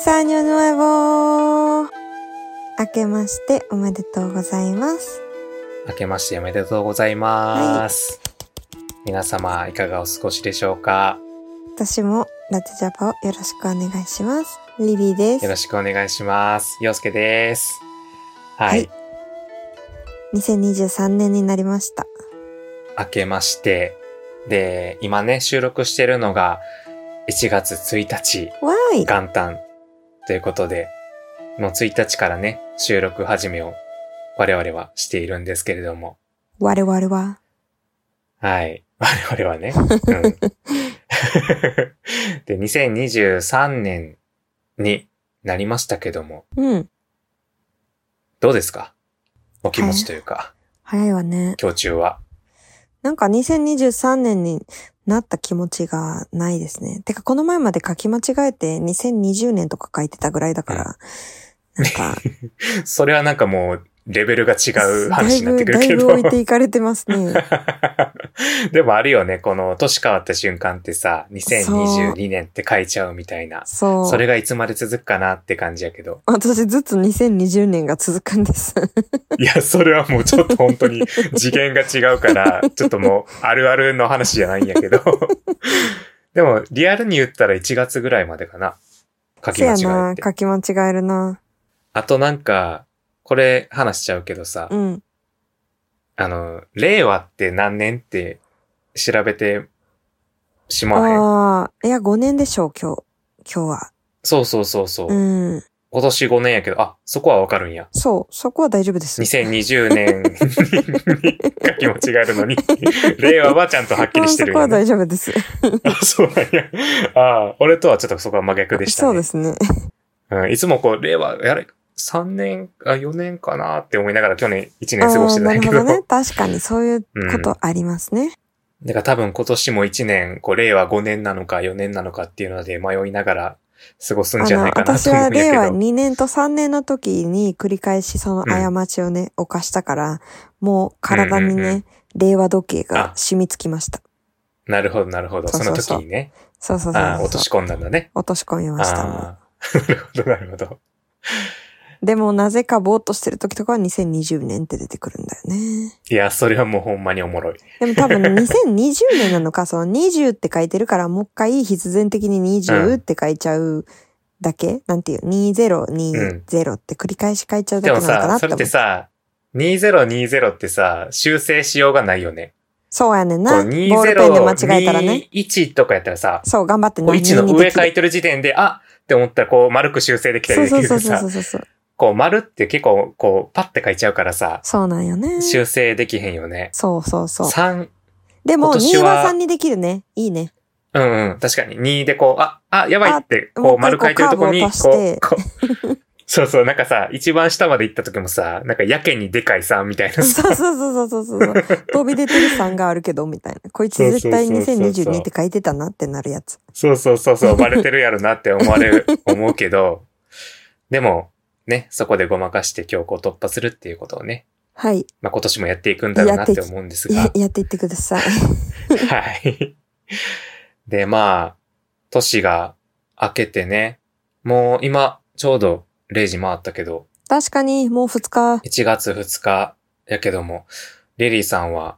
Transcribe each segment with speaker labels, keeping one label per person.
Speaker 1: さんにょぬわぼ明けましておめでとうございます。
Speaker 2: 明けましておめでとうございます。皆様、いかがお過ごしでしょうか
Speaker 1: 私もラテジャパをよろしくお願いします。リリーです。
Speaker 2: よろしくお願いします。洋介です。はい。
Speaker 1: 2023年になりました。
Speaker 2: 明けまして。で、今ね、収録してるのが1月1日、
Speaker 1: わーい
Speaker 2: 元旦ということで、もう1日からね、収録始めを我々はしているんですけれども。
Speaker 1: 我々は。
Speaker 2: はい。 我々はね。うん、 で、2023年になりましたけども、
Speaker 1: うん。
Speaker 2: どうですかお気持ちというか、
Speaker 1: 早いわね。
Speaker 2: 今日中は。
Speaker 1: なんか2023年になった気持ちがないですね。てかこの前まで書き間違えて2020年とか書いてたぐらいだから、なんか、
Speaker 2: それはなんかもう、レベル が違う話になってくる
Speaker 1: だい
Speaker 2: け
Speaker 1: ぶ、
Speaker 2: ど
Speaker 1: だいぶ置。いていかれてますね。
Speaker 2: でもあるよね、この年変わった瞬間ってさ、2022年って書いちゃうみたいな。
Speaker 1: そう。
Speaker 2: それがいつまで続くかなって感じやけど。
Speaker 1: 私ずっと2020年が続くんです。
Speaker 2: いや、それはもうちょっと本 当に次元が違うから、ちょっともうあるあるの話じゃないんや けど。でも、リアルに言ったら1月ぐらいまでかな。書き
Speaker 1: せ
Speaker 2: 間
Speaker 1: や
Speaker 2: 違
Speaker 1: な
Speaker 2: え、て。
Speaker 1: 書き間違えるな。
Speaker 2: あとなんか、これ話しちゃうけどさ、
Speaker 1: うん。
Speaker 2: あの、令和って何年って調べてしまわへん。
Speaker 1: ああ、いや、5年でしょう、今日。今日は。
Speaker 2: そうそうそうそう。
Speaker 1: うん。
Speaker 2: 今年5年やけど、あ、そこはわかるんや。
Speaker 1: そう、そこは大丈夫です。
Speaker 2: 2020年 に書き間違えるの に、令和はちゃんとはっきりしてる
Speaker 1: あーそこは
Speaker 2: よ、ね。
Speaker 1: 大丈夫です。
Speaker 2: あ、そうなんや。ああ、俺とはちょっとそこは真逆でしたね。
Speaker 1: そうですね。
Speaker 2: うん、いつもこう、令和、やれ、3年、あ、4年かなって思いながら去年1
Speaker 1: あ
Speaker 2: 年過ごし
Speaker 1: あー、
Speaker 2: てた
Speaker 1: なん
Speaker 2: や
Speaker 1: る
Speaker 2: け
Speaker 1: ほ
Speaker 2: ど。
Speaker 1: どね。確かにそういうことありますね。
Speaker 2: だから多分今年も1年、こう、令和5年なのか4年なのかっていうので迷いながら過ごすん
Speaker 1: あ
Speaker 2: じゃ
Speaker 1: の
Speaker 2: ない、かな
Speaker 1: 私
Speaker 2: と思
Speaker 1: は
Speaker 2: うんや
Speaker 1: 令
Speaker 2: け
Speaker 1: 和
Speaker 2: ど。
Speaker 1: 2年と3年の時に繰り返しその過ちをね、犯したから、もう体に
Speaker 2: うんうんう
Speaker 1: ね、令和時計が染みつきました。
Speaker 2: なるほど、なるほど。
Speaker 1: そう
Speaker 2: そ
Speaker 1: そ
Speaker 2: の
Speaker 1: うそう
Speaker 2: 時にね。
Speaker 1: そうそうそうそう
Speaker 2: ああ、落とし込んだんだね。
Speaker 1: 落とし込みましたもん。
Speaker 2: ああ、 なるほど、なるほど。
Speaker 1: でもなぜかぼーっとしてる時とかは2020年って出てくるんだよね。
Speaker 2: いや、それはもうほんまにおもろい。
Speaker 1: でも多分 2020年なのか、その20って書いてるからもう一回必然的に
Speaker 2: う
Speaker 1: 20
Speaker 2: ん
Speaker 1: って書いちゃうだけ、なんていう ?2020 って繰り返し書いちゃうだ
Speaker 2: で
Speaker 1: けなの
Speaker 2: も
Speaker 1: かな
Speaker 2: さ、
Speaker 1: って
Speaker 2: それ
Speaker 1: 思
Speaker 2: っ
Speaker 1: う。
Speaker 2: てさ、2020ってさ、修正しようがないよね。
Speaker 1: そうやねん
Speaker 2: こ
Speaker 1: な。
Speaker 2: う
Speaker 1: ボ
Speaker 2: 20
Speaker 1: ールペンで間違えたらね。
Speaker 2: 21とかやったらさ、
Speaker 1: そう、頑張って
Speaker 2: こう
Speaker 1: 何
Speaker 2: 1の
Speaker 1: に
Speaker 2: 上
Speaker 1: でき
Speaker 2: 書い
Speaker 1: る。
Speaker 2: てる時点で、あって思ったらこう丸く修正できた
Speaker 1: そ
Speaker 2: り
Speaker 1: う
Speaker 2: でき
Speaker 1: そう
Speaker 2: るけ
Speaker 1: そ
Speaker 2: ど
Speaker 1: うそう、
Speaker 2: さ
Speaker 1: そうそう。
Speaker 2: こう丸って結構こうパッて書いちゃうからさ、
Speaker 1: そうなんよね。
Speaker 2: 修正できへんよね。
Speaker 1: そうそうそう。
Speaker 2: 3、
Speaker 1: でも
Speaker 2: 今年
Speaker 1: 2
Speaker 2: は
Speaker 1: は3にできるね。いいね。
Speaker 2: うんうん、確かに2でこう、あ、あ、やばいって、
Speaker 1: あもう
Speaker 2: こう丸書いてるとこに、
Speaker 1: も
Speaker 2: こ
Speaker 1: う一個カーブを足して
Speaker 2: う、こうそうそう、なんかさ、一番下まで行った時もさ、なんかやけにでかいさ、みたいなさ、
Speaker 1: そうそうそうそうそうそう。飛び出てる3があるけど、みたいな。こいつ絶対
Speaker 2: そうそうそうそうそう
Speaker 1: 2022って書いてたなってなるやつ。
Speaker 2: そうそうそうそう、バレてるやろなって思われ る、思うけど、でも、ね、そこでごまかして今日こう突破するっていうことをね、
Speaker 1: はい。
Speaker 2: まあ、今年もやっていくんだろうなって思うんですが、は
Speaker 1: ややっていってください。
Speaker 2: い。で、まあ、年が明けてね、もう今、ちょうど0時回ったけど、
Speaker 1: 確かに、もう2日。
Speaker 2: 1月2日やけども、リリーさんは、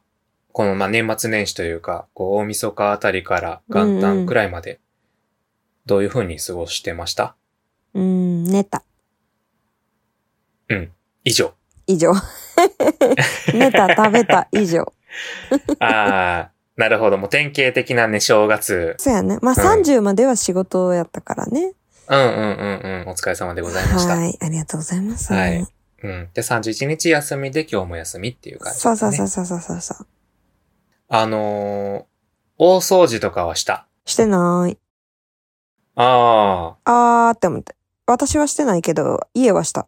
Speaker 2: この、まあ、年末年始というか、こう、大晦日あたりから元旦くらいまで、どういう風に過ごしてました、
Speaker 1: うん、寝た。
Speaker 2: 以上。
Speaker 1: 以上。 寝た、食べた、以 上。
Speaker 2: ああ、なるほど。もう典型的なね、正月。
Speaker 1: そうやね。まあ、
Speaker 2: うん
Speaker 1: 30までは仕事やったからね。
Speaker 2: うんうんうんうん。お疲れ様でございました。
Speaker 1: はい。ありがとうございます。
Speaker 2: はいうん。で、31日休みで今日も休みっていう感じ、
Speaker 1: そ
Speaker 2: ね。
Speaker 1: うそうそう
Speaker 2: う。
Speaker 1: そうそうそうそう。
Speaker 2: あのー、大掃除とかはした。
Speaker 1: してない。
Speaker 2: あ
Speaker 1: あーって思って。私はしてないけど、家は した。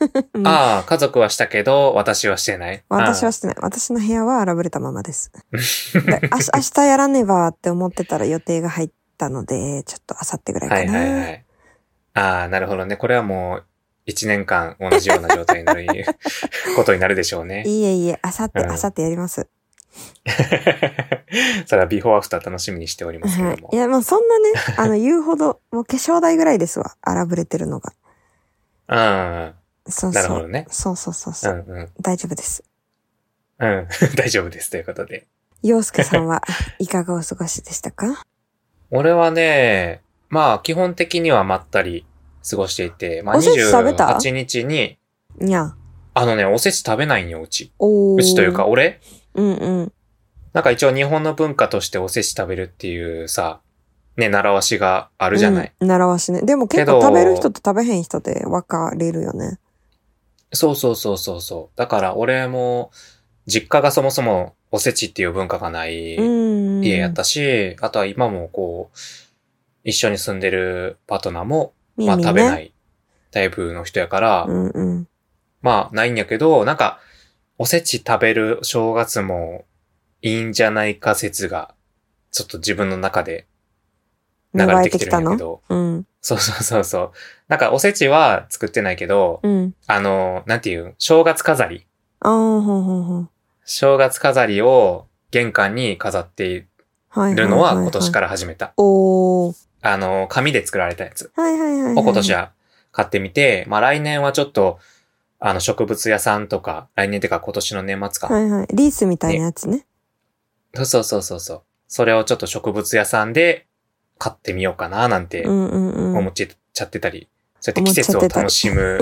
Speaker 1: う
Speaker 2: あ、
Speaker 1: ん
Speaker 2: ああ、家族はしたけど、私はしてない。
Speaker 1: 私は
Speaker 2: し
Speaker 1: してない。私の部屋は荒ぶれたまま です。で明日明日やらねばって思ってたら予定が入ったので、ちょっと明後日ぐらい
Speaker 2: は
Speaker 1: か
Speaker 2: い
Speaker 1: な。
Speaker 2: はいはい。ああ、なるほどね。これはもう、一年間同じような状態になることになるでしょうね。
Speaker 1: いえいえ、あさって、
Speaker 2: うん
Speaker 1: あさってやります。
Speaker 2: それはビフォーアフター楽しみにしておりますけ
Speaker 1: は
Speaker 2: ど
Speaker 1: い。い
Speaker 2: も。
Speaker 1: や、まあそんなね、あの、言うほど、もう化粧代ぐらいですわ。荒ぶれてるのが。
Speaker 2: うん
Speaker 1: そ
Speaker 2: うん。
Speaker 1: う
Speaker 2: なる
Speaker 1: そ
Speaker 2: ほ
Speaker 1: う。
Speaker 2: どね。
Speaker 1: そうそうそう
Speaker 2: う
Speaker 1: そ
Speaker 2: ん
Speaker 1: う、
Speaker 2: うん。
Speaker 1: 大丈夫です。
Speaker 2: うん。 大丈夫です。ということで。
Speaker 1: 洋介さん はいかがお過ごしでしたか
Speaker 2: 俺はね、まあ、基本的にはまったり過ごしていて、まあ、
Speaker 1: おせち食べた
Speaker 2: 28日に、
Speaker 1: にゃん。
Speaker 2: あのね、おせち食べないんよ、うち。
Speaker 1: おー
Speaker 2: うちというか、。俺
Speaker 1: うんうん。
Speaker 2: なんか一応日本の文化としておせち食べるっていうさ、ね、習わしがあるじゃない。
Speaker 1: うん習わしね。でも結
Speaker 2: け
Speaker 1: 構
Speaker 2: ど
Speaker 1: 食べる人と食べへん人で分かれるよね。
Speaker 2: そうそうそうそうそう。だから俺も、実家がそもそもおせちっていう文化がない
Speaker 1: うん。。
Speaker 2: 家やっ。たし、あとは今もこう、一緒に住んでるパートナーも、まあ食べないいタイプの人やから、
Speaker 1: うんうん。
Speaker 2: まあないんやけど、なんか、おせち食べる正月もいいんじゃないか説が、ちょっと自分の中で流れてきてるんやけど。
Speaker 1: うん。
Speaker 2: そうそうそうそう。なんかおせちは作ってないけど、
Speaker 1: うん。
Speaker 2: あの、なんていうん正月飾り。
Speaker 1: ああ、ほうほうほう。
Speaker 2: 正月飾りを玄関に飾ってい
Speaker 1: はいいいい。
Speaker 2: るのは今年から始めた。
Speaker 1: おー。
Speaker 2: あの、紙で作られたやつ
Speaker 1: はいはいはいはい。
Speaker 2: を今年は買ってみて、まあ来年はちょっと、あの植物屋さんとか、来年ってか今年の年末か。
Speaker 1: はいはい。リースみたいなやつね。
Speaker 2: そうそうそうそうそう。それをちょっと植物屋さんで買ってみようかななんて
Speaker 1: うんうんう
Speaker 2: 思
Speaker 1: ん。
Speaker 2: っちゃってたり、そうやって季節を楽しむ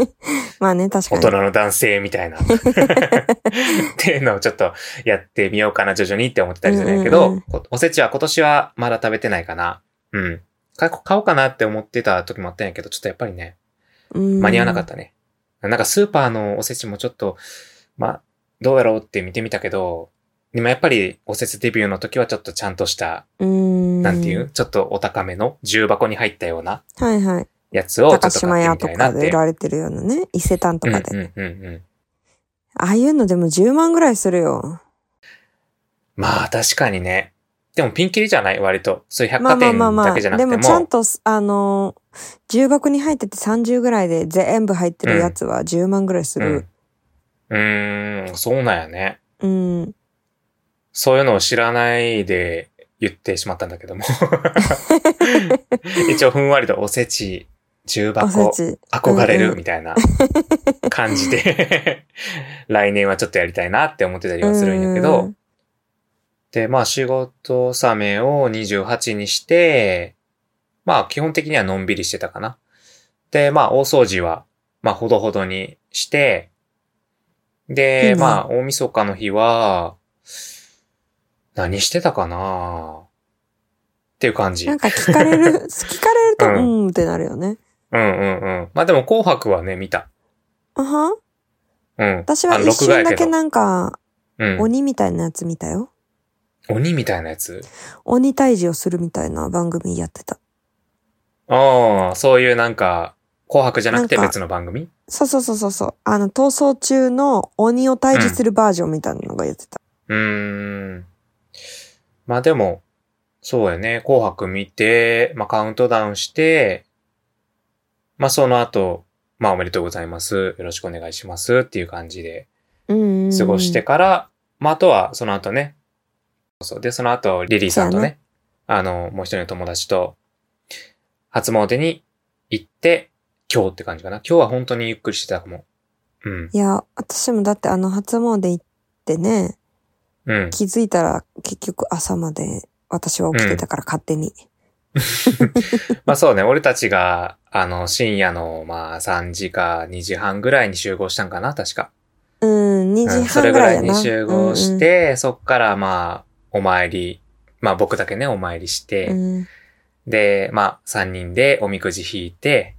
Speaker 1: まあね、確か
Speaker 2: 大
Speaker 1: に。
Speaker 2: 人の男性み たいな。っていうのをちょっとやってみようかな、徐々にって思ってたりするんだけ
Speaker 1: うん
Speaker 2: ど、
Speaker 1: うんうん
Speaker 2: こおせちは今年はまだ食べてないかな。うん。か買おうかなって思ってた時もあったんやけど、ちょっとやっぱりね、間
Speaker 1: 間
Speaker 2: に合わなかっ。たね。なんかスーパーのおせちもちょっと、まあ、どうやろうって見てみたけど、でもやっぱりおせちデビューの時はちょっとちゃんとした
Speaker 1: うん。
Speaker 2: なんていうちょっとお高めの重箱に入ったような
Speaker 1: はいはい。
Speaker 2: やつをちょっと
Speaker 1: 高島
Speaker 2: 買
Speaker 1: 屋
Speaker 2: って
Speaker 1: と
Speaker 2: みたいな
Speaker 1: かで
Speaker 2: って
Speaker 1: 売。られてるようなね。伊勢丹とか
Speaker 2: う
Speaker 1: で。
Speaker 2: んうんうんうん。
Speaker 1: ああいうのでも10万ぐらいするよ。
Speaker 2: まあ確かにね。でもピンキリじゃない割と。そういう百
Speaker 1: まあ
Speaker 2: 貨
Speaker 1: まあ
Speaker 2: 店
Speaker 1: まあま
Speaker 2: だ
Speaker 1: あ。
Speaker 2: けじゃな
Speaker 1: で
Speaker 2: くて
Speaker 1: もちゃん
Speaker 2: も。
Speaker 1: と、あのー、重箱に入ってて30ぐらいで全部入ってるやつは10万ぐらいす
Speaker 2: うん
Speaker 1: る。。
Speaker 2: うーん、そうなんやね。
Speaker 1: うん。
Speaker 2: そういうのを知らないで言ってしまったん だけども。一応ふんわりとおせち、重
Speaker 1: お
Speaker 2: 箱、
Speaker 1: せち。
Speaker 2: 憧れ
Speaker 1: うんう
Speaker 2: る
Speaker 1: ん
Speaker 2: みたいな感じで、 来年はちょっとやりたいなって思ってたりはするんやけど、
Speaker 1: うん
Speaker 2: で、まあ仕事納めを28にして、まあ基本的にはのんびりしてたかな。で、まあ大掃除は、まあほどほどにして、
Speaker 1: いい
Speaker 2: で、
Speaker 1: ね
Speaker 2: まあ大晦日の日は、何してたかなっていう感じ。う
Speaker 1: なんんか聞か れる、聞かれると、う、
Speaker 2: うん
Speaker 1: ってなるよね。
Speaker 2: うんうん。まあでも紅白はね、見た。
Speaker 1: あは
Speaker 2: うん。
Speaker 1: 私は
Speaker 2: あの
Speaker 1: 一
Speaker 2: 録画
Speaker 1: 瞬
Speaker 2: や
Speaker 1: だ
Speaker 2: け
Speaker 1: け
Speaker 2: ど
Speaker 1: なんか、
Speaker 2: うん。
Speaker 1: 鬼みたいなやつ見たよ。
Speaker 2: 鬼みたいなやつ
Speaker 1: 鬼退治をするみたいな番組やってた。
Speaker 2: ああ、そういうなんか、紅白じゃなくて別の番組
Speaker 1: そうそうそうそうそう。あの、逃走中の鬼を退治するバージョンみたいなのがやってた。
Speaker 2: うーん。まあでも、そうやね。紅白見て、まあカウントダウンして、まあその後、まあおめでとうございます。よろしくお願いします。っていう感じで
Speaker 1: うんうんうん
Speaker 2: 過ごして。から、まああとはその後ね。そう。で、その後、リリーさんと
Speaker 1: そうや
Speaker 2: ね、あの、もう一人の友達と、初詣に行って、今日って感じかな。今日は本当にゆっくりしてたかも。うん。
Speaker 1: いや、私もだってあの初詣行ってね、
Speaker 2: うん。
Speaker 1: 気づいたら結局朝まで私は起きてたから勝手に。
Speaker 2: まあそうね、俺たちが、あの、深夜の、まあ、3時か2時半ぐらいに集合したんかな、確か。
Speaker 1: うん、2
Speaker 2: う
Speaker 1: 時
Speaker 2: ん、そ
Speaker 1: 半
Speaker 2: れぐ
Speaker 1: ぐ
Speaker 2: ら
Speaker 1: らい
Speaker 2: い
Speaker 1: やな。
Speaker 2: に集合し
Speaker 1: うんうん、
Speaker 2: て、そっから、まあ、お参り、まあ僕だけね、お参りして、
Speaker 1: うん
Speaker 2: で、まあ、3人でおみくじ引いて、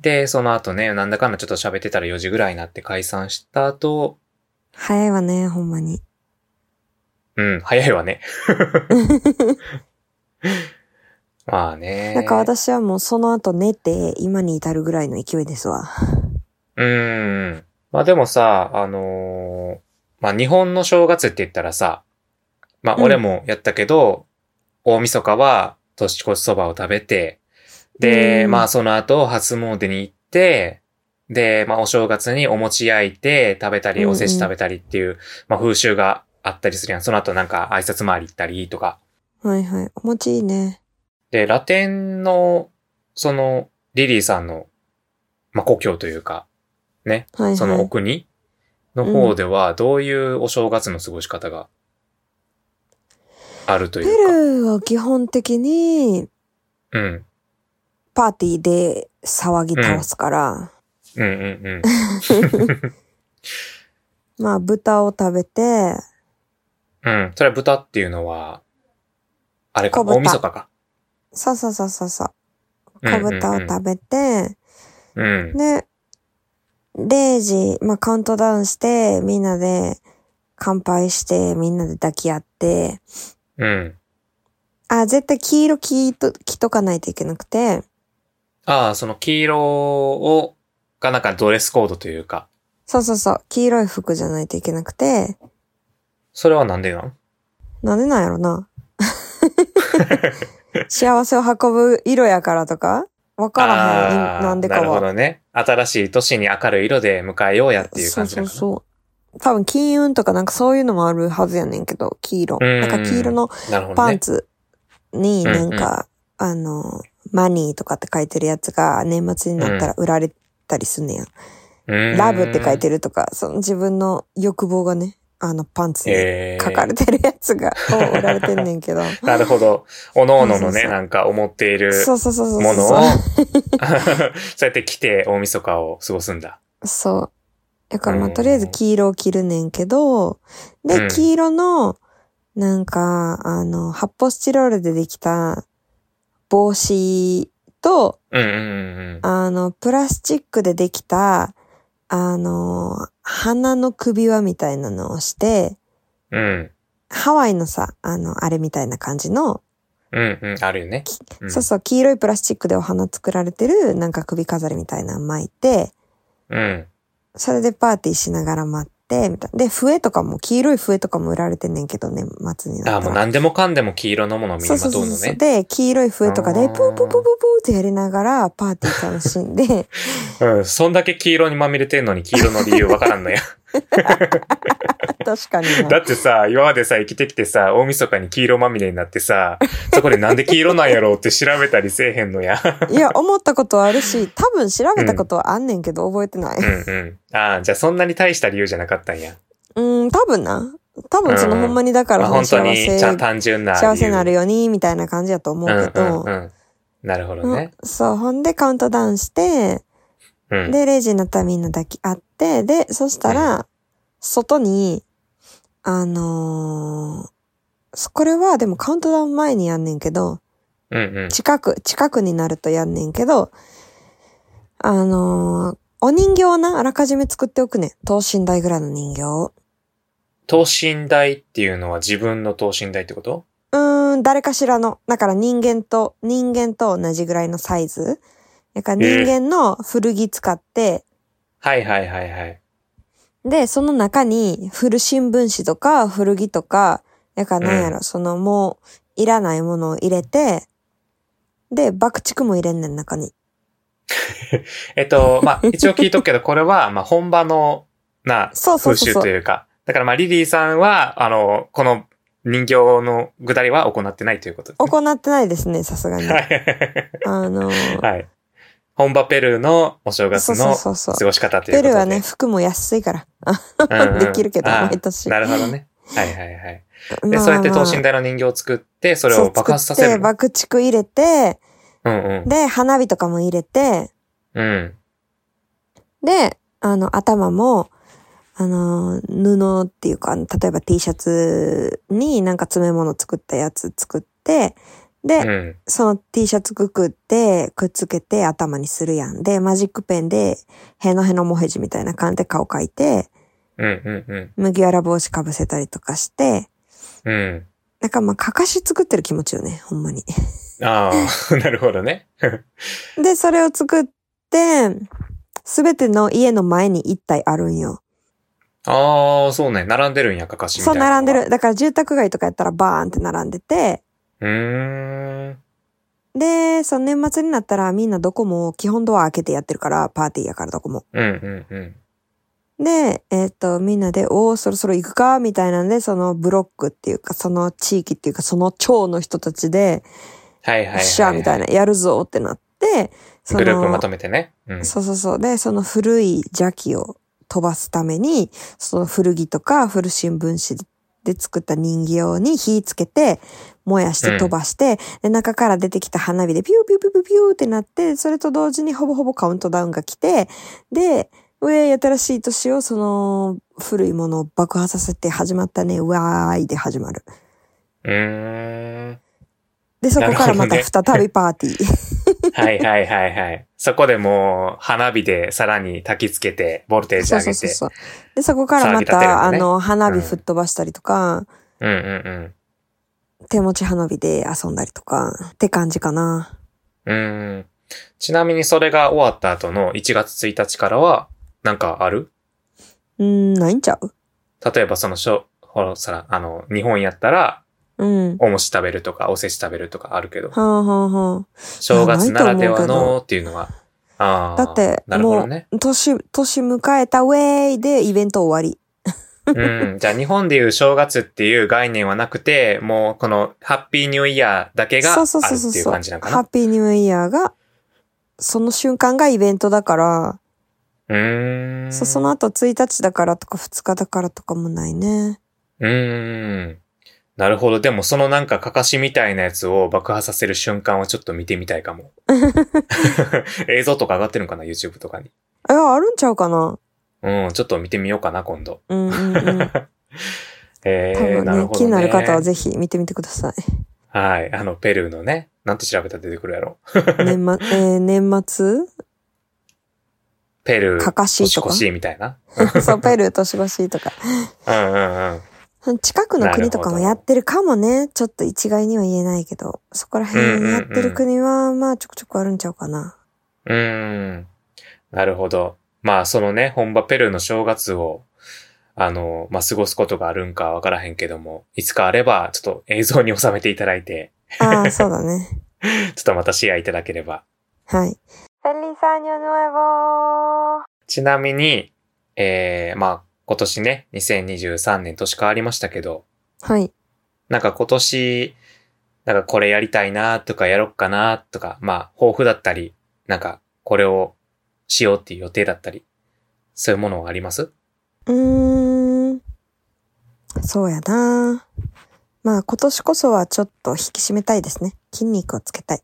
Speaker 2: で、その後ね、なんだかんだちょっと喋ってたら4時ぐらいになって解散した後、
Speaker 1: 早いわね、ほんまに。
Speaker 2: うん、早い わね。 まあね。
Speaker 1: なんか私はもうその後寝て、今に至るぐらいの勢いですわ。
Speaker 2: うーん。まあでもさ、あのーまあ日本の正月って言ったらさ、まあ
Speaker 1: うん
Speaker 2: 俺もやったけど、大晦日は年越しそばを食べて、で、
Speaker 1: うん
Speaker 2: まあその後初詣に行って、で、まあお正月にお餅焼いて食べたり、
Speaker 1: うんうん
Speaker 2: おせち食べたりっていう、まあ風習があったりするやん。その後なんか挨拶回り行ったりとか。
Speaker 1: はいはい。お餅いいね。
Speaker 2: で、ラテンの、その、リリーさんの、まあ、故郷というか、ね、
Speaker 1: はいはい。
Speaker 2: そのお国の方では、どういうお正月の過ごし方があると
Speaker 1: ペ
Speaker 2: いうか。
Speaker 1: ルーは基本的に、
Speaker 2: うん。
Speaker 1: パーティーで騒ぎ倒すから、
Speaker 2: うんうんうん。
Speaker 1: まあ豚を食べて、
Speaker 2: うん。それは豚っていうのは、あれか、
Speaker 1: 小豚
Speaker 2: 大晦日か。
Speaker 1: さささささ、
Speaker 2: うん
Speaker 1: 小豚を食べて、
Speaker 2: うんうん。
Speaker 1: で、0時、まあカウントダウンして、みんなで乾杯して、みんなで抱き合って、
Speaker 2: うん。うん。
Speaker 1: あ、絶対黄色着と着とかないといけなくて、
Speaker 2: ああ、その黄色を、がなんかドレスコードというか、
Speaker 1: そうそうそう、黄色い服じゃないといけなくて、
Speaker 2: それはなんでなん
Speaker 1: なんでなんやろ な。幸せを運ぶ色やからとかわからへん
Speaker 2: あ
Speaker 1: い
Speaker 2: ー
Speaker 1: なんでか
Speaker 2: なるほ
Speaker 1: は。
Speaker 2: どね。新しい年に明るい色で迎えようやっていう
Speaker 1: そ
Speaker 2: 感
Speaker 1: う
Speaker 2: じ
Speaker 1: そ
Speaker 2: な
Speaker 1: う
Speaker 2: のかな
Speaker 1: そう。多分金運とかなんかそういうのもあるはずやねんけど、黄色。
Speaker 2: うんうんう
Speaker 1: な
Speaker 2: ん
Speaker 1: んか黄色の
Speaker 2: なるほど
Speaker 1: パン
Speaker 2: ね。
Speaker 1: ツになん
Speaker 2: うんうん
Speaker 1: か、あの、マニーとかって書いてるやつが年末になったら売られたりすんねや。ラブって書いてるとか、その自分の欲望がね、あのパンツに
Speaker 2: え
Speaker 1: 書かれてるやつ が、を売られてんねんけど。
Speaker 2: なるほど。おのおの
Speaker 1: そ
Speaker 2: の
Speaker 1: うそう
Speaker 2: ね、
Speaker 1: そう
Speaker 2: なんか思っている
Speaker 1: そうそうそうそう
Speaker 2: ものを、
Speaker 1: そ
Speaker 2: そうやって来て大晦日を過ごすんだ。
Speaker 1: う。そう。だからまあ、
Speaker 2: うん
Speaker 1: とりあえず黄色を着るねんけど、
Speaker 2: うん
Speaker 1: で、黄色の、なんか、あの、発泡スチロールでできた帽子と、
Speaker 2: うんうんうん
Speaker 1: あの、プラスチックでできた、あの、花の首輪みたいなのをして、
Speaker 2: うん。うん。
Speaker 1: ハワイのさ、あの、あれみたいな感じの、
Speaker 2: うんうん、あるよね。うん
Speaker 1: そうそう、黄色いプラスチックでお花作られてる、なんか首飾りみたいなの巻いて、
Speaker 2: うん。
Speaker 1: それでパーティーしながら待って、みたいな。で、笛とかも、黄色い笛とかも売られてんねんけどね、末になったら。
Speaker 2: ああ、もう何でもかんでも黄色のものを身に
Speaker 1: そう
Speaker 2: ま
Speaker 1: そう
Speaker 2: と
Speaker 1: そうう
Speaker 2: の
Speaker 1: そう。
Speaker 2: ね。
Speaker 1: で、黄色い笛とか
Speaker 2: あ
Speaker 1: で、
Speaker 2: ー
Speaker 1: プープープープープーってやりながら、パーティー楽しん で、
Speaker 2: うん。そんだけ黄色にまみれてんのに黄色の理由わからんの や。
Speaker 1: 確かにな
Speaker 2: だってさ、今までさ、生きてきてさ、大晦日に黄色まみれになってさ、そこでなんで黄色なんやろうって調べたりせえへ んのや。
Speaker 1: いや、思ったことはあるし、多分調べたことはあんねんけど、覚えてない。
Speaker 2: うんうん。ああ、じゃあそんなに大した理由じゃなかったんや。
Speaker 1: うん、多分な。多分その、
Speaker 2: うん
Speaker 1: ほんまにだか
Speaker 2: ま
Speaker 1: ら、
Speaker 2: あ本当
Speaker 1: 幸
Speaker 2: に、
Speaker 1: せ、
Speaker 2: ちゃん単純な理由。
Speaker 1: 幸せになるように、みたいな感じやと思うけど、
Speaker 2: うんうんうん、なるほどね。
Speaker 1: うんそう、ほんでカウントダウンして、
Speaker 2: うん。
Speaker 1: で、0時になったらみんな抱き合って、で、そしたら、外に、あのーそこれはでもカウントダウン前にやんねんけど、
Speaker 2: うんうん。
Speaker 1: 近く、近くになるとやんねんけど、あのーお人形をな、あらかじめ作っておくねん。等身大ぐらいの人形を。
Speaker 2: 等身大っていうのは自分の等身大ってこと
Speaker 1: うーん、誰かしらの、だから人間と、人間と同じぐらいのサイズ。だから人間の古着使って、
Speaker 2: はいはいはいはい。
Speaker 1: で、その中に古新聞紙とか古着とか、やからなんやろ、そのもういらないものを入れて、で、爆竹も入れんねん中に。
Speaker 2: えっと、 まあ、一応聞いとくけど、これは、まあ、本場の、な、
Speaker 1: そうそうそう
Speaker 2: 風習
Speaker 1: そう
Speaker 2: と。いうか。だからまあ、リリーさんは、あの、この人形のぐだりは行ってないということです、ね。
Speaker 1: 行ってないですね、さすがに。
Speaker 2: は
Speaker 1: あ
Speaker 2: い。
Speaker 1: の、
Speaker 2: はい。本場ペルーのお正月
Speaker 1: そうそう
Speaker 2: の
Speaker 1: そうそう
Speaker 2: 過。ごし方と
Speaker 1: ペ
Speaker 2: いうことで。
Speaker 1: ルーはね、服も安い から。
Speaker 2: うんうん
Speaker 1: できるけど、
Speaker 2: ああ
Speaker 1: 毎年。
Speaker 2: なるほどね。はいはいはい。で、
Speaker 1: まあ
Speaker 2: そうやって等
Speaker 1: ま
Speaker 2: 身
Speaker 1: あ
Speaker 2: 大の人形を作って、そ
Speaker 1: そ
Speaker 2: れを爆発させ
Speaker 1: う
Speaker 2: る
Speaker 1: 作って
Speaker 2: の。
Speaker 1: 爆竹入れて、
Speaker 2: うんうん。
Speaker 1: で、花火とかも入れて、
Speaker 2: うん。
Speaker 1: で、あの、頭も、あの、布っていうか、あの例えば T シャツになんか詰め物作ったやつ作って、で、
Speaker 2: うん。
Speaker 1: その T シャツくくって、くっつけて頭にするやん。で、マジックペンで、へのへのもへじみたいな感じで顔描いて、
Speaker 2: うんうんうん。
Speaker 1: 麦わら帽子かぶせたりとかして、
Speaker 2: うん。
Speaker 1: なんかまあ、かかし作ってる気持ちよね、ほんまに。
Speaker 2: あ あ、なるほどね。
Speaker 1: で、それを作って、すべての家の前に一体あるんよ。
Speaker 2: ああ、そうね。並んでるんや、かかしみた
Speaker 1: そ、
Speaker 2: いうなのは。
Speaker 1: 並んでる。だから住宅街とかやったらバーンって並んでて、
Speaker 2: うーん。
Speaker 1: で、その年末になったらみんなどこも基本ドア開けてやってるから、パーティーやからどこも。
Speaker 2: うんうんうん。
Speaker 1: で、えっ、と、みんなで、おー、そろそろ行くか、みたいなんで、そのブロックっていうか、その地域っていうか、その町の人たちで、
Speaker 2: はいはいは
Speaker 1: よ
Speaker 2: い、は
Speaker 1: っ
Speaker 2: い。
Speaker 1: しゃ、みたいな、やるぞってなって、その
Speaker 2: グループまとめてね。うん。
Speaker 1: そうそうそう。で、その古い邪気を飛ばすために、その古着とか古新聞紙で作った人形に火つけて、燃やして飛ばして、で、中から出てきた花火でピューピューピューピューピューってなって、それと同時にほぼほぼカウントダウンが来て、で、ウェイ新しい年をその古いものを爆破させて始まったね、うわーいで始まる。
Speaker 2: うーん。
Speaker 1: で、そこからま
Speaker 2: な
Speaker 1: た
Speaker 2: るほ
Speaker 1: 再びパーテ ィー。
Speaker 2: はいはいはいはい。そこでもう、花火でさらに焚きつけて、ボルテージ
Speaker 1: そう
Speaker 2: 上
Speaker 1: そう
Speaker 2: げ
Speaker 1: そう
Speaker 2: て。
Speaker 1: そう。で、そこからま
Speaker 2: 騒ぎ立てる
Speaker 1: た、
Speaker 2: の
Speaker 1: あ
Speaker 2: ね
Speaker 1: の、花火
Speaker 2: うん
Speaker 1: 吹っ飛ばしたりとか、
Speaker 2: うんうん
Speaker 1: 手持ち花火で遊んだりとか、って感じかな。
Speaker 2: うん。うーん。ちなみにそれが終わった後の1月1日からは、なんかある
Speaker 1: うーん、ないんちゃう
Speaker 2: 例えばそのしょ、ほらさ、あの、日本やったら、
Speaker 1: うん。
Speaker 2: おもし食べるとか、おせち食べるとかあるけど、
Speaker 1: はあはあは
Speaker 2: 正月ならでは
Speaker 1: ないと思
Speaker 2: のっていうのは、ああ。
Speaker 1: だって
Speaker 2: なるほどね。
Speaker 1: あ。年、年迎えたウェイでイベント終わり。
Speaker 2: うん。じゃあ日本でいう正月っていう概念はなくて、もうこのハッピーニューイヤーだけがあ
Speaker 1: そ
Speaker 2: る
Speaker 1: うそうそう
Speaker 2: っ
Speaker 1: そう
Speaker 2: ていう
Speaker 1: そう。ハ
Speaker 2: 感じなんかな
Speaker 1: ッ。ピーニューイヤーが、その瞬間がイベントだから、
Speaker 2: うーん。
Speaker 1: そその後1日だからとか2日だからとかもないね。
Speaker 2: うーん。なるほど。でもそのなんかかかしみたいなやつを爆破させる瞬間はちょっと見てみたいか も。映像とか上がってるのかな ?YouTube とかに。
Speaker 1: いや、あるんちゃうかな。
Speaker 2: うん、ちょっと見てみようかな、今度。
Speaker 1: うん うんうん。
Speaker 2: え
Speaker 1: 多
Speaker 2: ー、
Speaker 1: 分
Speaker 2: なる
Speaker 1: ね
Speaker 2: ほど、ね。
Speaker 1: 気になる方はぜひ見てみてください。
Speaker 2: はい。あの、ペルーのね、なんて調べたら出てくるやろ。
Speaker 1: 年末、えー年末
Speaker 2: ペル
Speaker 1: か
Speaker 2: ー、
Speaker 1: かし
Speaker 2: 年
Speaker 1: とか
Speaker 2: 越。しみたいな。
Speaker 1: そう、ペルー年越しとか。
Speaker 2: うんうんうん。
Speaker 1: 近くの国とかもやってるかもね。ちょっと一概には言えないけど、そこら辺やってる国は、まあちょくちょくあるんちゃうかな。
Speaker 2: うーん。なるほど。まあ、そのね、本場ペルーの正月を、あの、まあ、過ごすことがあるんかわからへんけども、いつかあれば、ちょっと映像に収めていただいて、
Speaker 1: ああ、そうだね。
Speaker 2: ちょっとまたシェアいただければ。
Speaker 1: はい。
Speaker 2: ちなみに、えー、まあ、今年ね、2023年年変わりましたけど、
Speaker 1: はい。
Speaker 2: なんか今年、なんかこれやりたいなとかやろっかなとか、まあ、抱負だったり、なんかこれをしようっていう予定だったり、そういうものはあります
Speaker 1: うーん。そうやな。まあ今年こそはちょっと引き締めたいですね。筋肉をつけたい。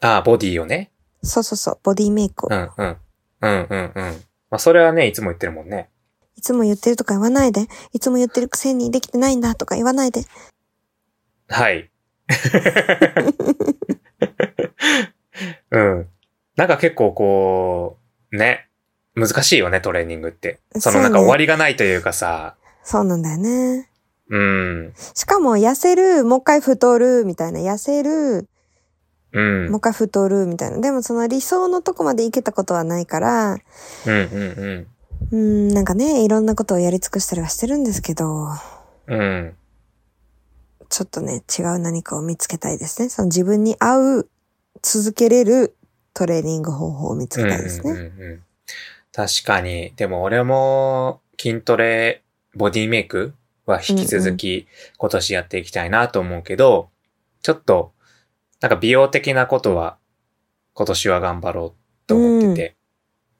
Speaker 2: ああ、ボディをね。
Speaker 1: そうそうそう、ボディメイクを。
Speaker 2: うんうん。うんうんうん。まあ、それはね、いつも言ってるもんね。
Speaker 1: いつも言ってるとか言わないで。いつも言ってるくせにできてないんだとか言わないで。
Speaker 2: はい。 うん。なんか結構こう、ね、難しいよね、トレーニングって。そ
Speaker 1: そう
Speaker 2: の
Speaker 1: ね
Speaker 2: なんか終わりがないというかさ、
Speaker 1: そうなんだよね。
Speaker 2: うん、
Speaker 1: しかも痩せる、もう一回太る、みたいな。痩せる、
Speaker 2: うん、
Speaker 1: もう一回太るみたいな。でもその理想のとこまで行けたことはないから、
Speaker 2: うん、うん、
Speaker 1: うん、なんかね、いろんなことをやり尽くしたりはしてるんですけど、
Speaker 2: うん、うん、
Speaker 1: ちょっとね、違う何かを見つけたいですね。その自分に合う、続けれるトレーニング方法を見つ
Speaker 2: うん、
Speaker 1: け
Speaker 2: うん
Speaker 1: たいですね。
Speaker 2: うん。確かに。でも俺も筋トレ、ボディメイクは引き続き今年やっていきたいなと思うけど、ちょっと、なんか美容的なことは今年は頑張ろうと思ってて。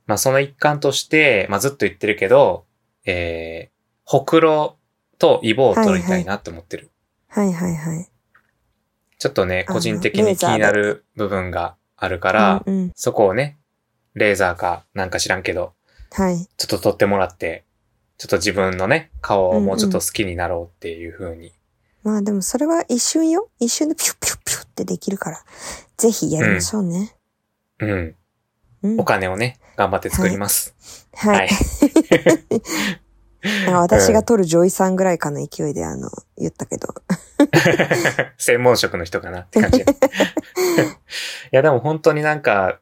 Speaker 2: まあその一環として、まあずっと言ってるけど、えー、ほくろとイボを取りたいなと思ってる。
Speaker 1: はいはいはい。
Speaker 2: ちょっとね、
Speaker 1: あ
Speaker 2: 個人的
Speaker 1: レ
Speaker 2: に
Speaker 1: ー
Speaker 2: 気
Speaker 1: ザーで
Speaker 2: になる部分があるから、
Speaker 1: うん、うん。
Speaker 2: そこをね、レーザーかなんか知らんけど、
Speaker 1: はい。
Speaker 2: ちょっと撮ってもらって、ちょっと自分のね、顔をもうちょっと好きになろうっていう風に。
Speaker 1: まあでもそれは一瞬よ。一瞬でピュッピュッピュッってできるから、ぜひやりましょうね。
Speaker 2: うん、
Speaker 1: うん。
Speaker 2: お金をね、頑張って作ります。
Speaker 1: はい。なんか私が撮るジョイさんぐらいかの勢いであの、言ったけど。
Speaker 2: 専門職の人かなっ て感じ。いや、でも本当になんか、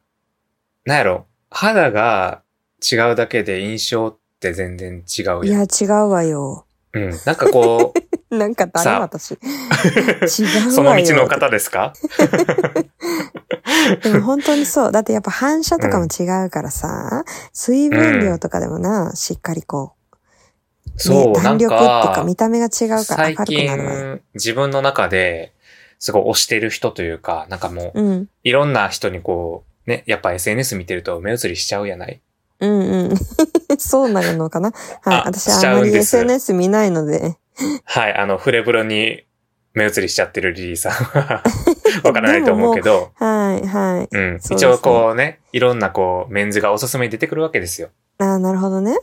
Speaker 2: なんやろ、肌が違うだけで印象って全然違う
Speaker 1: い
Speaker 2: やん。
Speaker 1: や、違うわよ。
Speaker 2: うん。なんかこ う、
Speaker 1: なんか誰
Speaker 2: さあ
Speaker 1: 私。違うわよ。
Speaker 2: その道の方ですか
Speaker 1: でも本当にそう。だってやっぱ反射とかも違うからさ、水分量とかでもな、しっかりこう、ね
Speaker 2: そう、な
Speaker 1: 弾
Speaker 2: ん
Speaker 1: 力っていうか
Speaker 2: か、
Speaker 1: 見た目が違うから
Speaker 2: 最
Speaker 1: 明るくなるわよ。
Speaker 2: 近、自分の中で、すごい推してる人というか、なんかもう、
Speaker 1: うん。
Speaker 2: いろんな人にこう、ね、やっぱ SNS 見てると目移りしちゃうやない。
Speaker 1: うん うん。そうなるのかなはい。
Speaker 2: あ
Speaker 1: 私
Speaker 2: しち
Speaker 1: あ
Speaker 2: ゃ
Speaker 1: ん
Speaker 2: う
Speaker 1: ま
Speaker 2: ん
Speaker 1: り
Speaker 2: です
Speaker 1: SNS 見ないので。
Speaker 2: はい、あの、フレブロに目移りしちゃってるリリーさんは、 わからないと思うけど、
Speaker 1: はい、は
Speaker 2: うん。
Speaker 1: そうです
Speaker 2: 一
Speaker 1: ね
Speaker 2: 応こうね、いろんなこう、メンズがおすすめに出てくるわけですよ。
Speaker 1: い。ああ、なるほどね。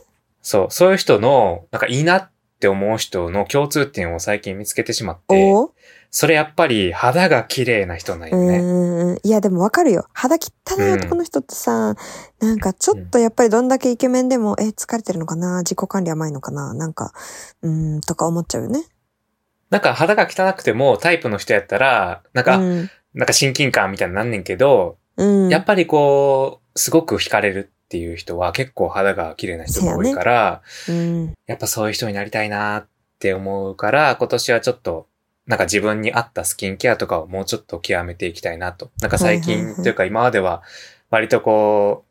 Speaker 2: そう、そういう人の、なんかいいなって思う人の共通点を最近見つけてしまって、
Speaker 1: おー
Speaker 2: それやっぱり肌が綺麗な人なん
Speaker 1: う
Speaker 2: よね。
Speaker 1: んうん。いや、でもわかるよ。肌汚い男の人ってさ、なんかちょっとやっぱりどんだけイケメンでも、え、疲れてるのかな自己管理甘いのかななんか、うーん、とか思っちゃうよね。
Speaker 2: なんか肌が汚くてもタイプの人やったら、なんか、
Speaker 1: うん。
Speaker 2: なんか親近感みたいになんねんけど、
Speaker 1: うん。
Speaker 2: やっぱりこう、すごく惹かれるっていう人は結構肌が綺麗な人が多いから、
Speaker 1: うん。
Speaker 2: やっぱそういう人になりたいなって思うから、今年はちょっと、なんか自分に合ったスキンケアとかをもうちょっと極めていきたいなと。なんか最
Speaker 1: はいはい
Speaker 2: 近
Speaker 1: はい
Speaker 2: というか今までは、割とこ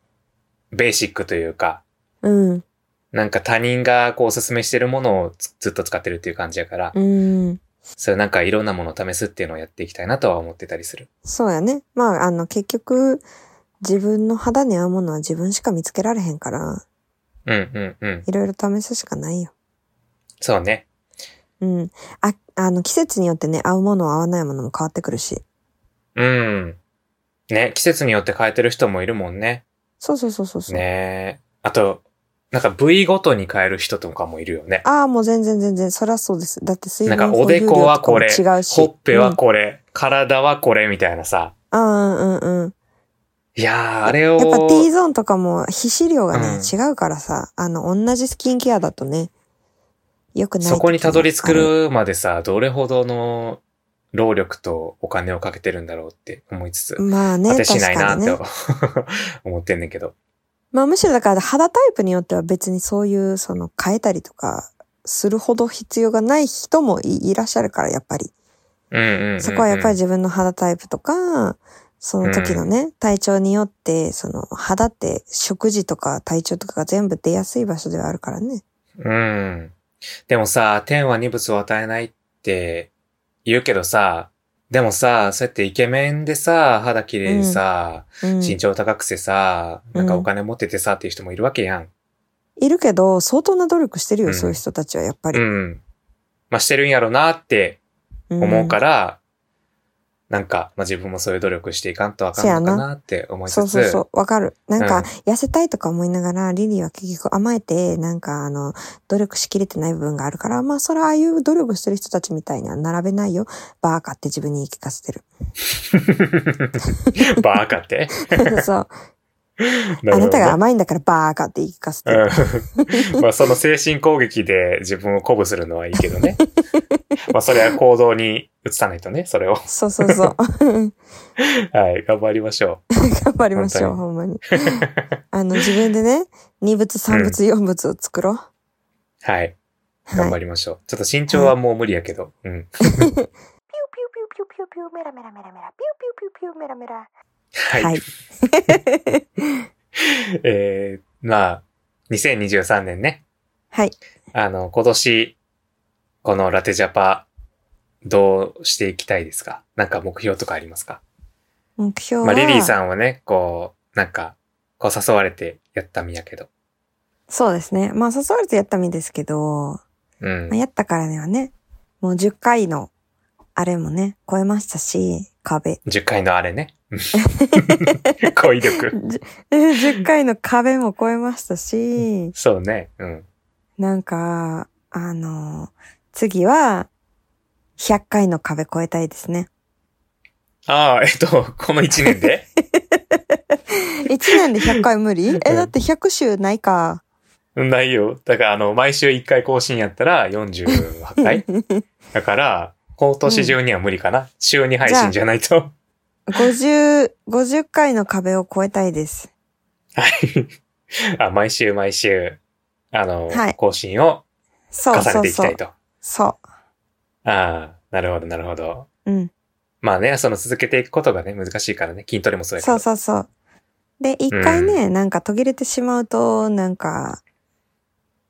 Speaker 2: う、ベーシックというか、
Speaker 1: うん。
Speaker 2: なんか他人がこうおすすめしてるものをずずっと使ってるっていう感じやから、
Speaker 1: うん。
Speaker 2: そういうなんかいろんなものを試すっていうのをやっていきたいなとは思ってたりする。
Speaker 1: そうやね。まあ、あの、結局、自分の肌に合うものは自分しか見つけられへんから、
Speaker 2: うんうんうん。
Speaker 1: いろいろ試すしかないよ。
Speaker 2: そうね。
Speaker 1: うん。あ、あの、季節によってね、合うもの合わないものも変わってくるし。
Speaker 2: うん。ね、季節によって変えてる人もいるもんね。
Speaker 1: そうそうそうそうそう。
Speaker 2: ねあと、なんか部位ごとに変える人とかもいるよね。
Speaker 1: ああ、もう全然全然、そりゃそうです。だって水分
Speaker 2: なんかおでこはこれ
Speaker 1: 保留量とかも違うし。
Speaker 2: ほっぺは
Speaker 1: うん
Speaker 2: これ、体はこれみたいなさ。
Speaker 1: あーうんうんうん。
Speaker 2: いやー、あれを。
Speaker 1: やっぱ T ゾーンとかも皮脂量がね、
Speaker 2: う
Speaker 1: 違うからさ、あの、同じスキンケアだとね、よくない時も
Speaker 2: そこにたどり着
Speaker 1: ある。
Speaker 2: くまでさ、どれほどの労力とお金をかけてるんだろうって思いつつ、
Speaker 1: まあね、
Speaker 2: 果て
Speaker 1: 確
Speaker 2: しないな
Speaker 1: か
Speaker 2: っ
Speaker 1: に
Speaker 2: て、
Speaker 1: ね。
Speaker 2: 思ってんねんけど。
Speaker 1: まあむしろだから肌タイプによっては別にそういう、その変えたりとか、するほど必要がない人もいいらっしゃるから、やっぱり。
Speaker 2: うんうんうんうん
Speaker 1: そこはやっぱり自分の肌タイプとか、その時のね、体調によって、その肌って食事とか体調とかが全部出やすい場所ではあるからね。
Speaker 2: うん。でもさ、天は二物を与えないって言うけどさ、でもさ、そうやってイケメンでさ、肌綺麗でさ、
Speaker 1: うん。
Speaker 2: 身長高くてさ、なんかお金持っててさっていう人もいるわけやん。
Speaker 1: いるけど、相当な努力してるよ、
Speaker 2: うん
Speaker 1: そういう人たちはやっぱ
Speaker 2: う
Speaker 1: り。
Speaker 2: ん。まあ、してるんやろなって
Speaker 1: うん
Speaker 2: 思うから、なんか、まあ、自分もそういう努力していかんとあかんのかなって思いつつ。。
Speaker 1: そうそうそうう、わかる。なん
Speaker 2: う
Speaker 1: か
Speaker 2: ん、
Speaker 1: 痩せたいとか思いながら、リリーは結局甘えて、なんか、あの、努力しきれてない部分があるから、まあ、それはああいう努力してる人たちみたいには並べないよ。バーカって自分に言い聞かせてる。
Speaker 2: バカって。
Speaker 1: そう。
Speaker 2: るほ ど
Speaker 1: あ
Speaker 2: ね
Speaker 1: なたが甘いんだからバーカって言い聞かせてる。
Speaker 2: うんまあその精神攻撃で自分を鼓舞するのはいいけど ね。まあそれは行動に移さないとね、それを。
Speaker 1: そうそうそう。
Speaker 2: はい、頑張りましょう。
Speaker 1: 頑張りましょう、ほんまに。あの、自分でね、二物、三物、四物を作ろう。
Speaker 2: はい、
Speaker 1: は
Speaker 2: 頑
Speaker 1: い。
Speaker 2: 張りましょう。ちょっと身長はもう無理やけど。うん。
Speaker 3: Pew, pew, pew, pew, pew, mera, mera, mera, mera. Pew, pew, pew, pew, mera, mera.
Speaker 2: はい。
Speaker 1: はい
Speaker 2: えー、まあ、2023年ね。
Speaker 1: はい。
Speaker 2: あの、今年、このラテジャパ、どうしていきたいですかなんか目標とかありますか
Speaker 1: 目標は。
Speaker 2: まあ、リリーさんはね、こう、なんか、こう誘われてやった身やけど。
Speaker 1: そうですね。まあ、誘われてやった身ですけど、
Speaker 2: うん
Speaker 1: まあ、。やったからにはね、もう10回の、あれもね、超えましたし、壁。
Speaker 2: 10回のあれね。 語彙力。
Speaker 1: 10回の壁も超えましたし、
Speaker 2: そうね。うん。
Speaker 1: なんか、あの、次は、100回の壁超えたいです ね。
Speaker 2: ああ、えっと、この1 年で
Speaker 1: 1年で100回 無理え、だって100週ないか。
Speaker 2: ないよ。だから、あの、毎週1回更新やったら48回。 だから、今年中には無理かな。週に配信じゃないと。
Speaker 1: 50、50回の壁を超えたいです。
Speaker 2: はい。 あ、毎週毎週、あの、
Speaker 1: はい
Speaker 2: 更新を
Speaker 1: そう
Speaker 2: 重
Speaker 1: そ
Speaker 2: ね
Speaker 1: う
Speaker 2: ていき
Speaker 1: そ。
Speaker 2: たいうと。
Speaker 1: そ
Speaker 2: ああ、なるほど、なるほど。
Speaker 1: う。うん。
Speaker 2: まあね、その続けていくことがね、難しいからね、筋トレもそうやけ
Speaker 1: そ
Speaker 2: ど。
Speaker 1: うそうそう。で、一回ね、なんか途切れてしまうと、なんか、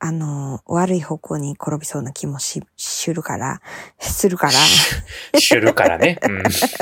Speaker 1: あの、悪い方向に転びそうな気もし、するから、するから。
Speaker 2: 知るからね。 うん。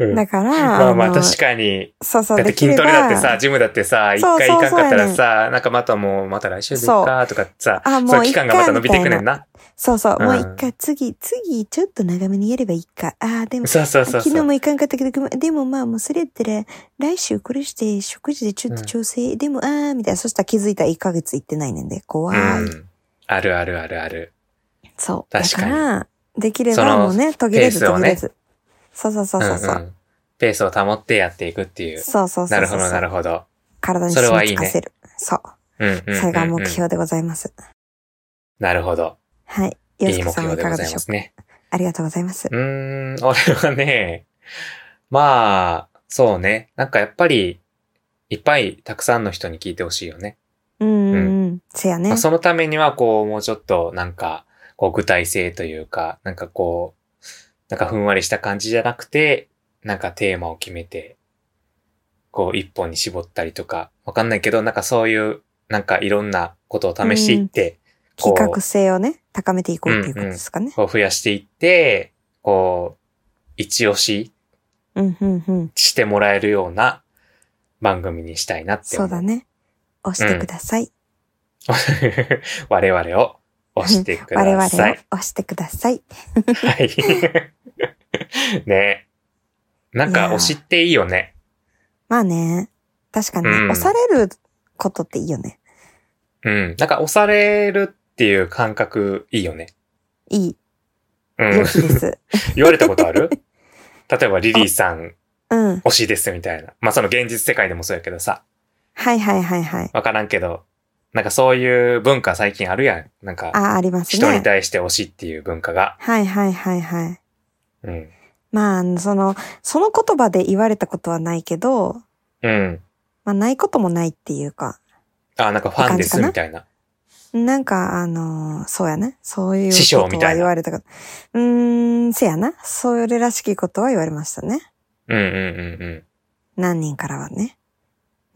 Speaker 2: うん
Speaker 1: だから、
Speaker 2: まあまあ
Speaker 1: の
Speaker 2: 確かに。
Speaker 1: そうそう、
Speaker 2: だって
Speaker 1: できれ
Speaker 2: 筋ト
Speaker 1: ば
Speaker 2: レだってさ、ジムだってさ、一
Speaker 1: そう
Speaker 2: 回行かんかったら
Speaker 1: そうそ
Speaker 2: さ、なんかまたもう、また来週でいっかとかさ、
Speaker 1: あ、も
Speaker 2: そう
Speaker 1: う
Speaker 2: いう
Speaker 1: 一
Speaker 2: 期間
Speaker 1: 回
Speaker 2: がまた伸
Speaker 1: み
Speaker 2: び
Speaker 1: た
Speaker 2: てい
Speaker 1: い
Speaker 2: くねん
Speaker 1: な。
Speaker 2: な。
Speaker 1: そうそう、
Speaker 2: うん
Speaker 1: もう一回、次、次、ちょっと長めにやればいいか。ああ、でも、
Speaker 2: そうそうそう
Speaker 1: 昨
Speaker 2: そ
Speaker 1: 日
Speaker 2: う。
Speaker 1: も行かんかったけど、ごめんでもまあもうそれやったら、来週これして食事でちょっと調整、でもあーみたいな、そしたら気づいたら1ヶ月行ってないねんで、怖
Speaker 2: う
Speaker 1: い。
Speaker 2: ん。あるあるあるある。
Speaker 1: そう。だ
Speaker 2: 確か
Speaker 1: か
Speaker 2: に
Speaker 1: ら、できれ
Speaker 2: そ
Speaker 1: ば
Speaker 2: の
Speaker 1: もうね、途切れず
Speaker 2: ペース
Speaker 1: 途
Speaker 2: を
Speaker 1: 切
Speaker 2: ね
Speaker 1: れず。そうそうそうそう。そう
Speaker 2: うんうんペースを保ってやっていくっていう。
Speaker 1: そうそうそうそう。
Speaker 2: なるほど、なるほど。
Speaker 1: 体に
Speaker 2: それ
Speaker 1: 染
Speaker 2: はい
Speaker 1: み
Speaker 2: い
Speaker 1: つ
Speaker 2: ね
Speaker 1: かせる。そう。
Speaker 2: うんうんうんうん
Speaker 1: それが目標でございます。
Speaker 2: なるほど。
Speaker 1: はい。
Speaker 2: い
Speaker 1: よし
Speaker 2: い
Speaker 1: こ
Speaker 2: 目
Speaker 1: さん
Speaker 2: 標
Speaker 1: はい
Speaker 2: で
Speaker 1: か
Speaker 2: ご
Speaker 1: が
Speaker 2: ざ
Speaker 1: で
Speaker 2: い
Speaker 1: しょ
Speaker 2: ま
Speaker 1: う
Speaker 2: す
Speaker 1: か
Speaker 2: ね。
Speaker 1: ありがとうございます
Speaker 2: う。ーん、 俺はね、まあ、そうね。なんかやっぱり、いっぱいたくさんの人に聞いてほしいよね。
Speaker 1: うんうんうん。せやね。
Speaker 2: まあ、そのためには、こう、もうちょっと、なんか、こう、具体性というか、なんかこう、なんかふんわりした感じじゃなくて、なんかテーマを決めて、こう、一本に絞ったりとか、わかんないけど、なんかそういう、なんかいろんなことを試していって、こ
Speaker 1: 企
Speaker 2: う
Speaker 1: 画性をね、高めていこうっていうことですかね。
Speaker 2: こう増やしていって、こう、一押し
Speaker 1: うんうんうん。
Speaker 2: してもらえるような番組にしたいなって
Speaker 1: そ
Speaker 2: 思
Speaker 1: う
Speaker 2: う。
Speaker 1: だね。押してください。
Speaker 2: 我々を押してく
Speaker 1: 我々を
Speaker 2: ださい。
Speaker 1: 押してください。
Speaker 2: はい。 ねなん
Speaker 1: い
Speaker 2: か
Speaker 1: やー
Speaker 2: 推しっていいよね。
Speaker 1: まあね。確かに、
Speaker 2: うん
Speaker 1: 押されることっていいよね。
Speaker 2: うん。なんか押されるっていう感覚いいよね。
Speaker 1: いい。
Speaker 2: う
Speaker 1: 良
Speaker 2: ん。
Speaker 1: きです。
Speaker 2: 言われたことある例えばリリーさん
Speaker 1: うん。
Speaker 2: 推しですみたいな。まあその現実世界でもそうやけどさ。
Speaker 1: はいはいはいはい。
Speaker 2: わからんけど。なんかそういう文化最近あるやん。なんか。
Speaker 1: あ、あります
Speaker 2: 人に
Speaker 1: ね。
Speaker 2: 対して推しっていう文化が。
Speaker 1: はいはいはいはい。
Speaker 2: うん。
Speaker 1: まあ、その、その言葉で言われたことはないけど、
Speaker 2: うん。
Speaker 1: まあないこともないっていうか、
Speaker 2: あ、なんかファンです
Speaker 1: って感
Speaker 2: み
Speaker 1: じ
Speaker 2: たいな。
Speaker 1: なんか、あのーそうやね。そういう
Speaker 2: 師匠
Speaker 1: こ
Speaker 2: み
Speaker 1: とは
Speaker 2: たいな
Speaker 1: 言われたこと。うーん、せやな。それらしきことは言われましたね。
Speaker 2: うんうんうん
Speaker 1: 何人からはね。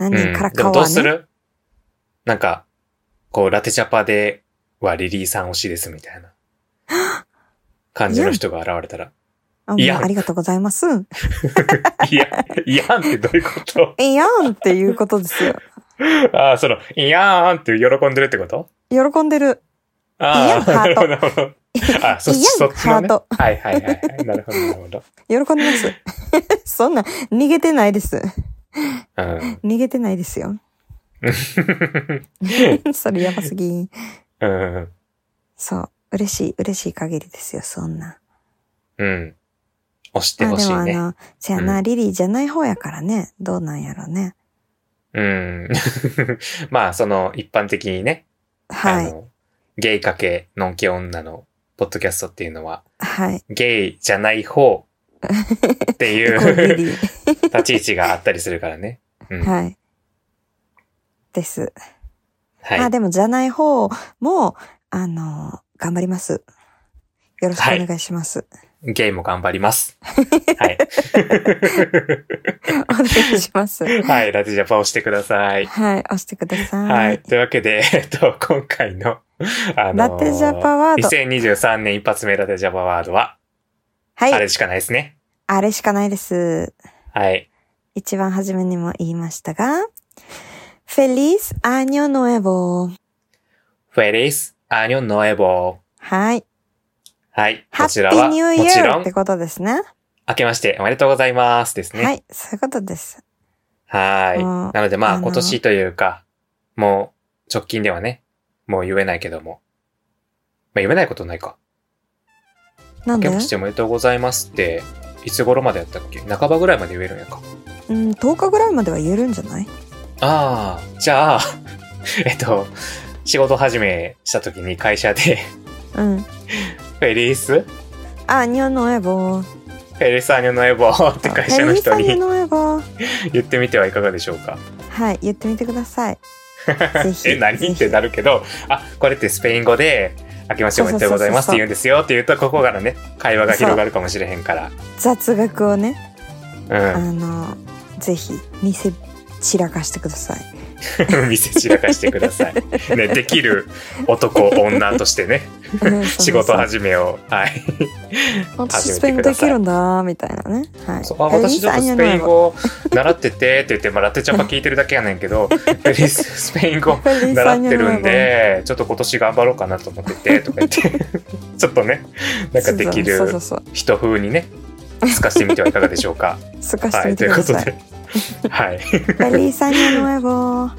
Speaker 2: う
Speaker 1: 何人
Speaker 2: ん。
Speaker 1: か
Speaker 2: う
Speaker 1: ら
Speaker 2: ん、で
Speaker 1: 顔
Speaker 2: もどう
Speaker 1: は
Speaker 2: す
Speaker 1: ね。
Speaker 2: るなんか、こう、ラテチャパではリリーさん推しですみたいな。 感じの人が現れたら。
Speaker 1: あもう
Speaker 2: いや
Speaker 1: ありがとうございます。
Speaker 2: いや、いやんってどういうこ
Speaker 1: え、やんっていうことですよ。
Speaker 2: とああ、その、いやーんって喜んでるってこと
Speaker 1: 喜んでる。
Speaker 2: ああ、
Speaker 1: いやん
Speaker 2: な
Speaker 1: ハー
Speaker 2: る
Speaker 1: ト
Speaker 2: ほどなるほど。あ、そっ
Speaker 1: い
Speaker 2: ち、
Speaker 1: やん
Speaker 2: そっちの
Speaker 1: ハー
Speaker 2: ね。
Speaker 1: ト
Speaker 2: はいはいはいはい。なるほど、なるほど。
Speaker 1: 喜んでます。 そんな、逃げてないです。
Speaker 2: うん。
Speaker 1: 逃げてないですよ。 それやばすぎ。
Speaker 2: うん。
Speaker 1: そう。嬉しい、嬉しい限りですよ、そんな。
Speaker 2: うん。推して
Speaker 1: まあ
Speaker 2: ほ
Speaker 1: で
Speaker 2: しい
Speaker 1: もあ
Speaker 2: ね。
Speaker 1: の、せやな、
Speaker 2: う
Speaker 1: リリーじゃない方やからね。どうなんやろね。
Speaker 2: うん。 まあ、その、一般的にね、
Speaker 1: は
Speaker 2: あ
Speaker 1: い。
Speaker 2: の、ゲイかけ、のんけ女の、ポッドキャストっていうのは、
Speaker 1: はい。
Speaker 2: ゲイじゃない方ってい
Speaker 1: イ コール
Speaker 2: う
Speaker 1: リリー。
Speaker 2: 立ち位置があったりするからね。うん。はい。
Speaker 1: はい。です。まあでも、じゃない方も、あの、頑張ります。よろしくお願いします。
Speaker 2: ゲイも頑張ります。はい。
Speaker 1: お願いします。
Speaker 2: はい、ラテジャパをしてください。
Speaker 1: はい、押してください。
Speaker 2: はい。というわけで、えっと、今回の、あの
Speaker 1: ラテジャパワード
Speaker 2: 2023年一発目ラテジャパワードは、
Speaker 1: はい、
Speaker 2: あ
Speaker 1: あれ
Speaker 2: れしかないですね。
Speaker 1: しかないです。
Speaker 2: はい。
Speaker 1: 一番初めにも言いましたが、Feliz Año Nuevo!
Speaker 2: フェリス、アニョンノエボー。
Speaker 1: はい。
Speaker 2: はい。
Speaker 1: ハ
Speaker 2: こ
Speaker 1: ッピ
Speaker 2: ちらは、
Speaker 1: ーニューイ
Speaker 2: もち
Speaker 1: ヤ
Speaker 2: ろ
Speaker 1: ーっ
Speaker 2: ん
Speaker 1: て、ことですね。
Speaker 2: 明けましておめでとうございますですね。
Speaker 1: は
Speaker 2: はい。
Speaker 1: い、そういうことです。
Speaker 2: い。
Speaker 1: もう
Speaker 2: なのでま
Speaker 1: あ
Speaker 2: あ
Speaker 1: の
Speaker 2: 今年というか、もう直近ではね、もう言えないけども。まあ言えないことないか。
Speaker 1: なん
Speaker 2: 明け
Speaker 1: で
Speaker 2: ましておめでとうございますって、いつ頃までやったっけ半ばぐらいまで言えるんやか。
Speaker 1: うん、10日ぐらいまでは言えるんじゃない
Speaker 2: ああ、じゃあ、 えっと、仕事始めした時に会社で、
Speaker 1: うん。
Speaker 2: フェリースフ
Speaker 1: アニョノエボー。
Speaker 2: ェリースアニョノエボーって会社の人
Speaker 1: フェリスアニ
Speaker 2: に
Speaker 1: ョノエボー。
Speaker 2: 言ってみてはいかがでしょうか。
Speaker 1: はい、 言ってみてください。ぜひ
Speaker 2: え、何ってなるけど、あ、これってスペイン語で、明けましておめでとうございますって言うんですよって言うと、ここからね、会話が広がるかもしれへんから。
Speaker 1: 雑学をね、
Speaker 2: う
Speaker 1: あの、ぜひ見せ散らかしてくだ さい。
Speaker 2: ん。見せ散らかしてくだ さい。ね、できる男、女としてね、仕事始めを。はい。
Speaker 1: め私スペイン語できるんだみたいなね。はい。
Speaker 2: そうあ私ちょっとスペイン語習っててって言って、まあ、ラテチャパ聞いてるだけやねんけ ど、ベリススペイン語習ってるん。で、ちょっと今年頑張ろうかなと思ってて、とか言 って、ちょっとね、なんかでき
Speaker 1: そうそう
Speaker 2: る
Speaker 1: そうそう。
Speaker 2: 人風にね、透かしてみてはいかがでしょ うか。
Speaker 1: すかし
Speaker 2: は
Speaker 1: て
Speaker 2: い、
Speaker 1: み
Speaker 2: と
Speaker 1: て
Speaker 2: いう
Speaker 1: く
Speaker 2: こ
Speaker 1: だ
Speaker 2: と
Speaker 1: さい。
Speaker 2: で、 はい。
Speaker 1: フェリーサニアヌエボ。
Speaker 2: フ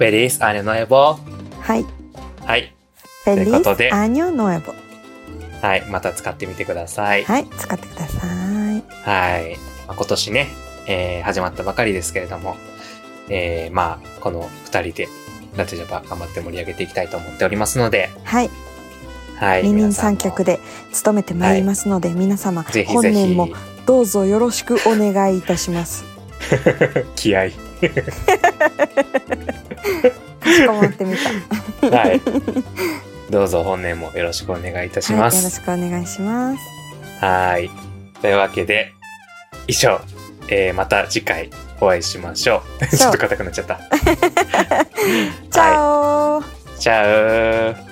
Speaker 2: ェリスアネノエボ。
Speaker 1: はい。
Speaker 2: はい。
Speaker 1: フェ
Speaker 2: とい
Speaker 1: リ
Speaker 2: うことで
Speaker 1: ーアニョノエボ。
Speaker 2: はい。また使ってみてください。
Speaker 1: はい、使ってください。
Speaker 2: はい。まあ、今年ね、えー始まったばかりですけれども、えーまあ、この二人で、ラテジャパ頑張って盛り上げていきたいと思っておりますので、
Speaker 1: はい、
Speaker 2: はい。
Speaker 1: 二人
Speaker 2: 皆さん
Speaker 1: 三
Speaker 2: も
Speaker 1: 脚で務めてまいりますので、皆様
Speaker 2: ぜひ
Speaker 1: 本
Speaker 2: ぜひ
Speaker 1: 年もどうぞよろしくお願いいたします。
Speaker 2: 気 合い。
Speaker 1: かしこまって みた。
Speaker 2: はい。 どうぞ本年もよろしくお願いいたしま
Speaker 1: はい、よろ
Speaker 2: す。
Speaker 1: しくお願いします。
Speaker 2: はい。というわけで、以上、えーまた次回お会いしましょ う。
Speaker 1: そう
Speaker 2: ちょっと硬くなっちゃった。
Speaker 1: チャオ。
Speaker 2: チャウー。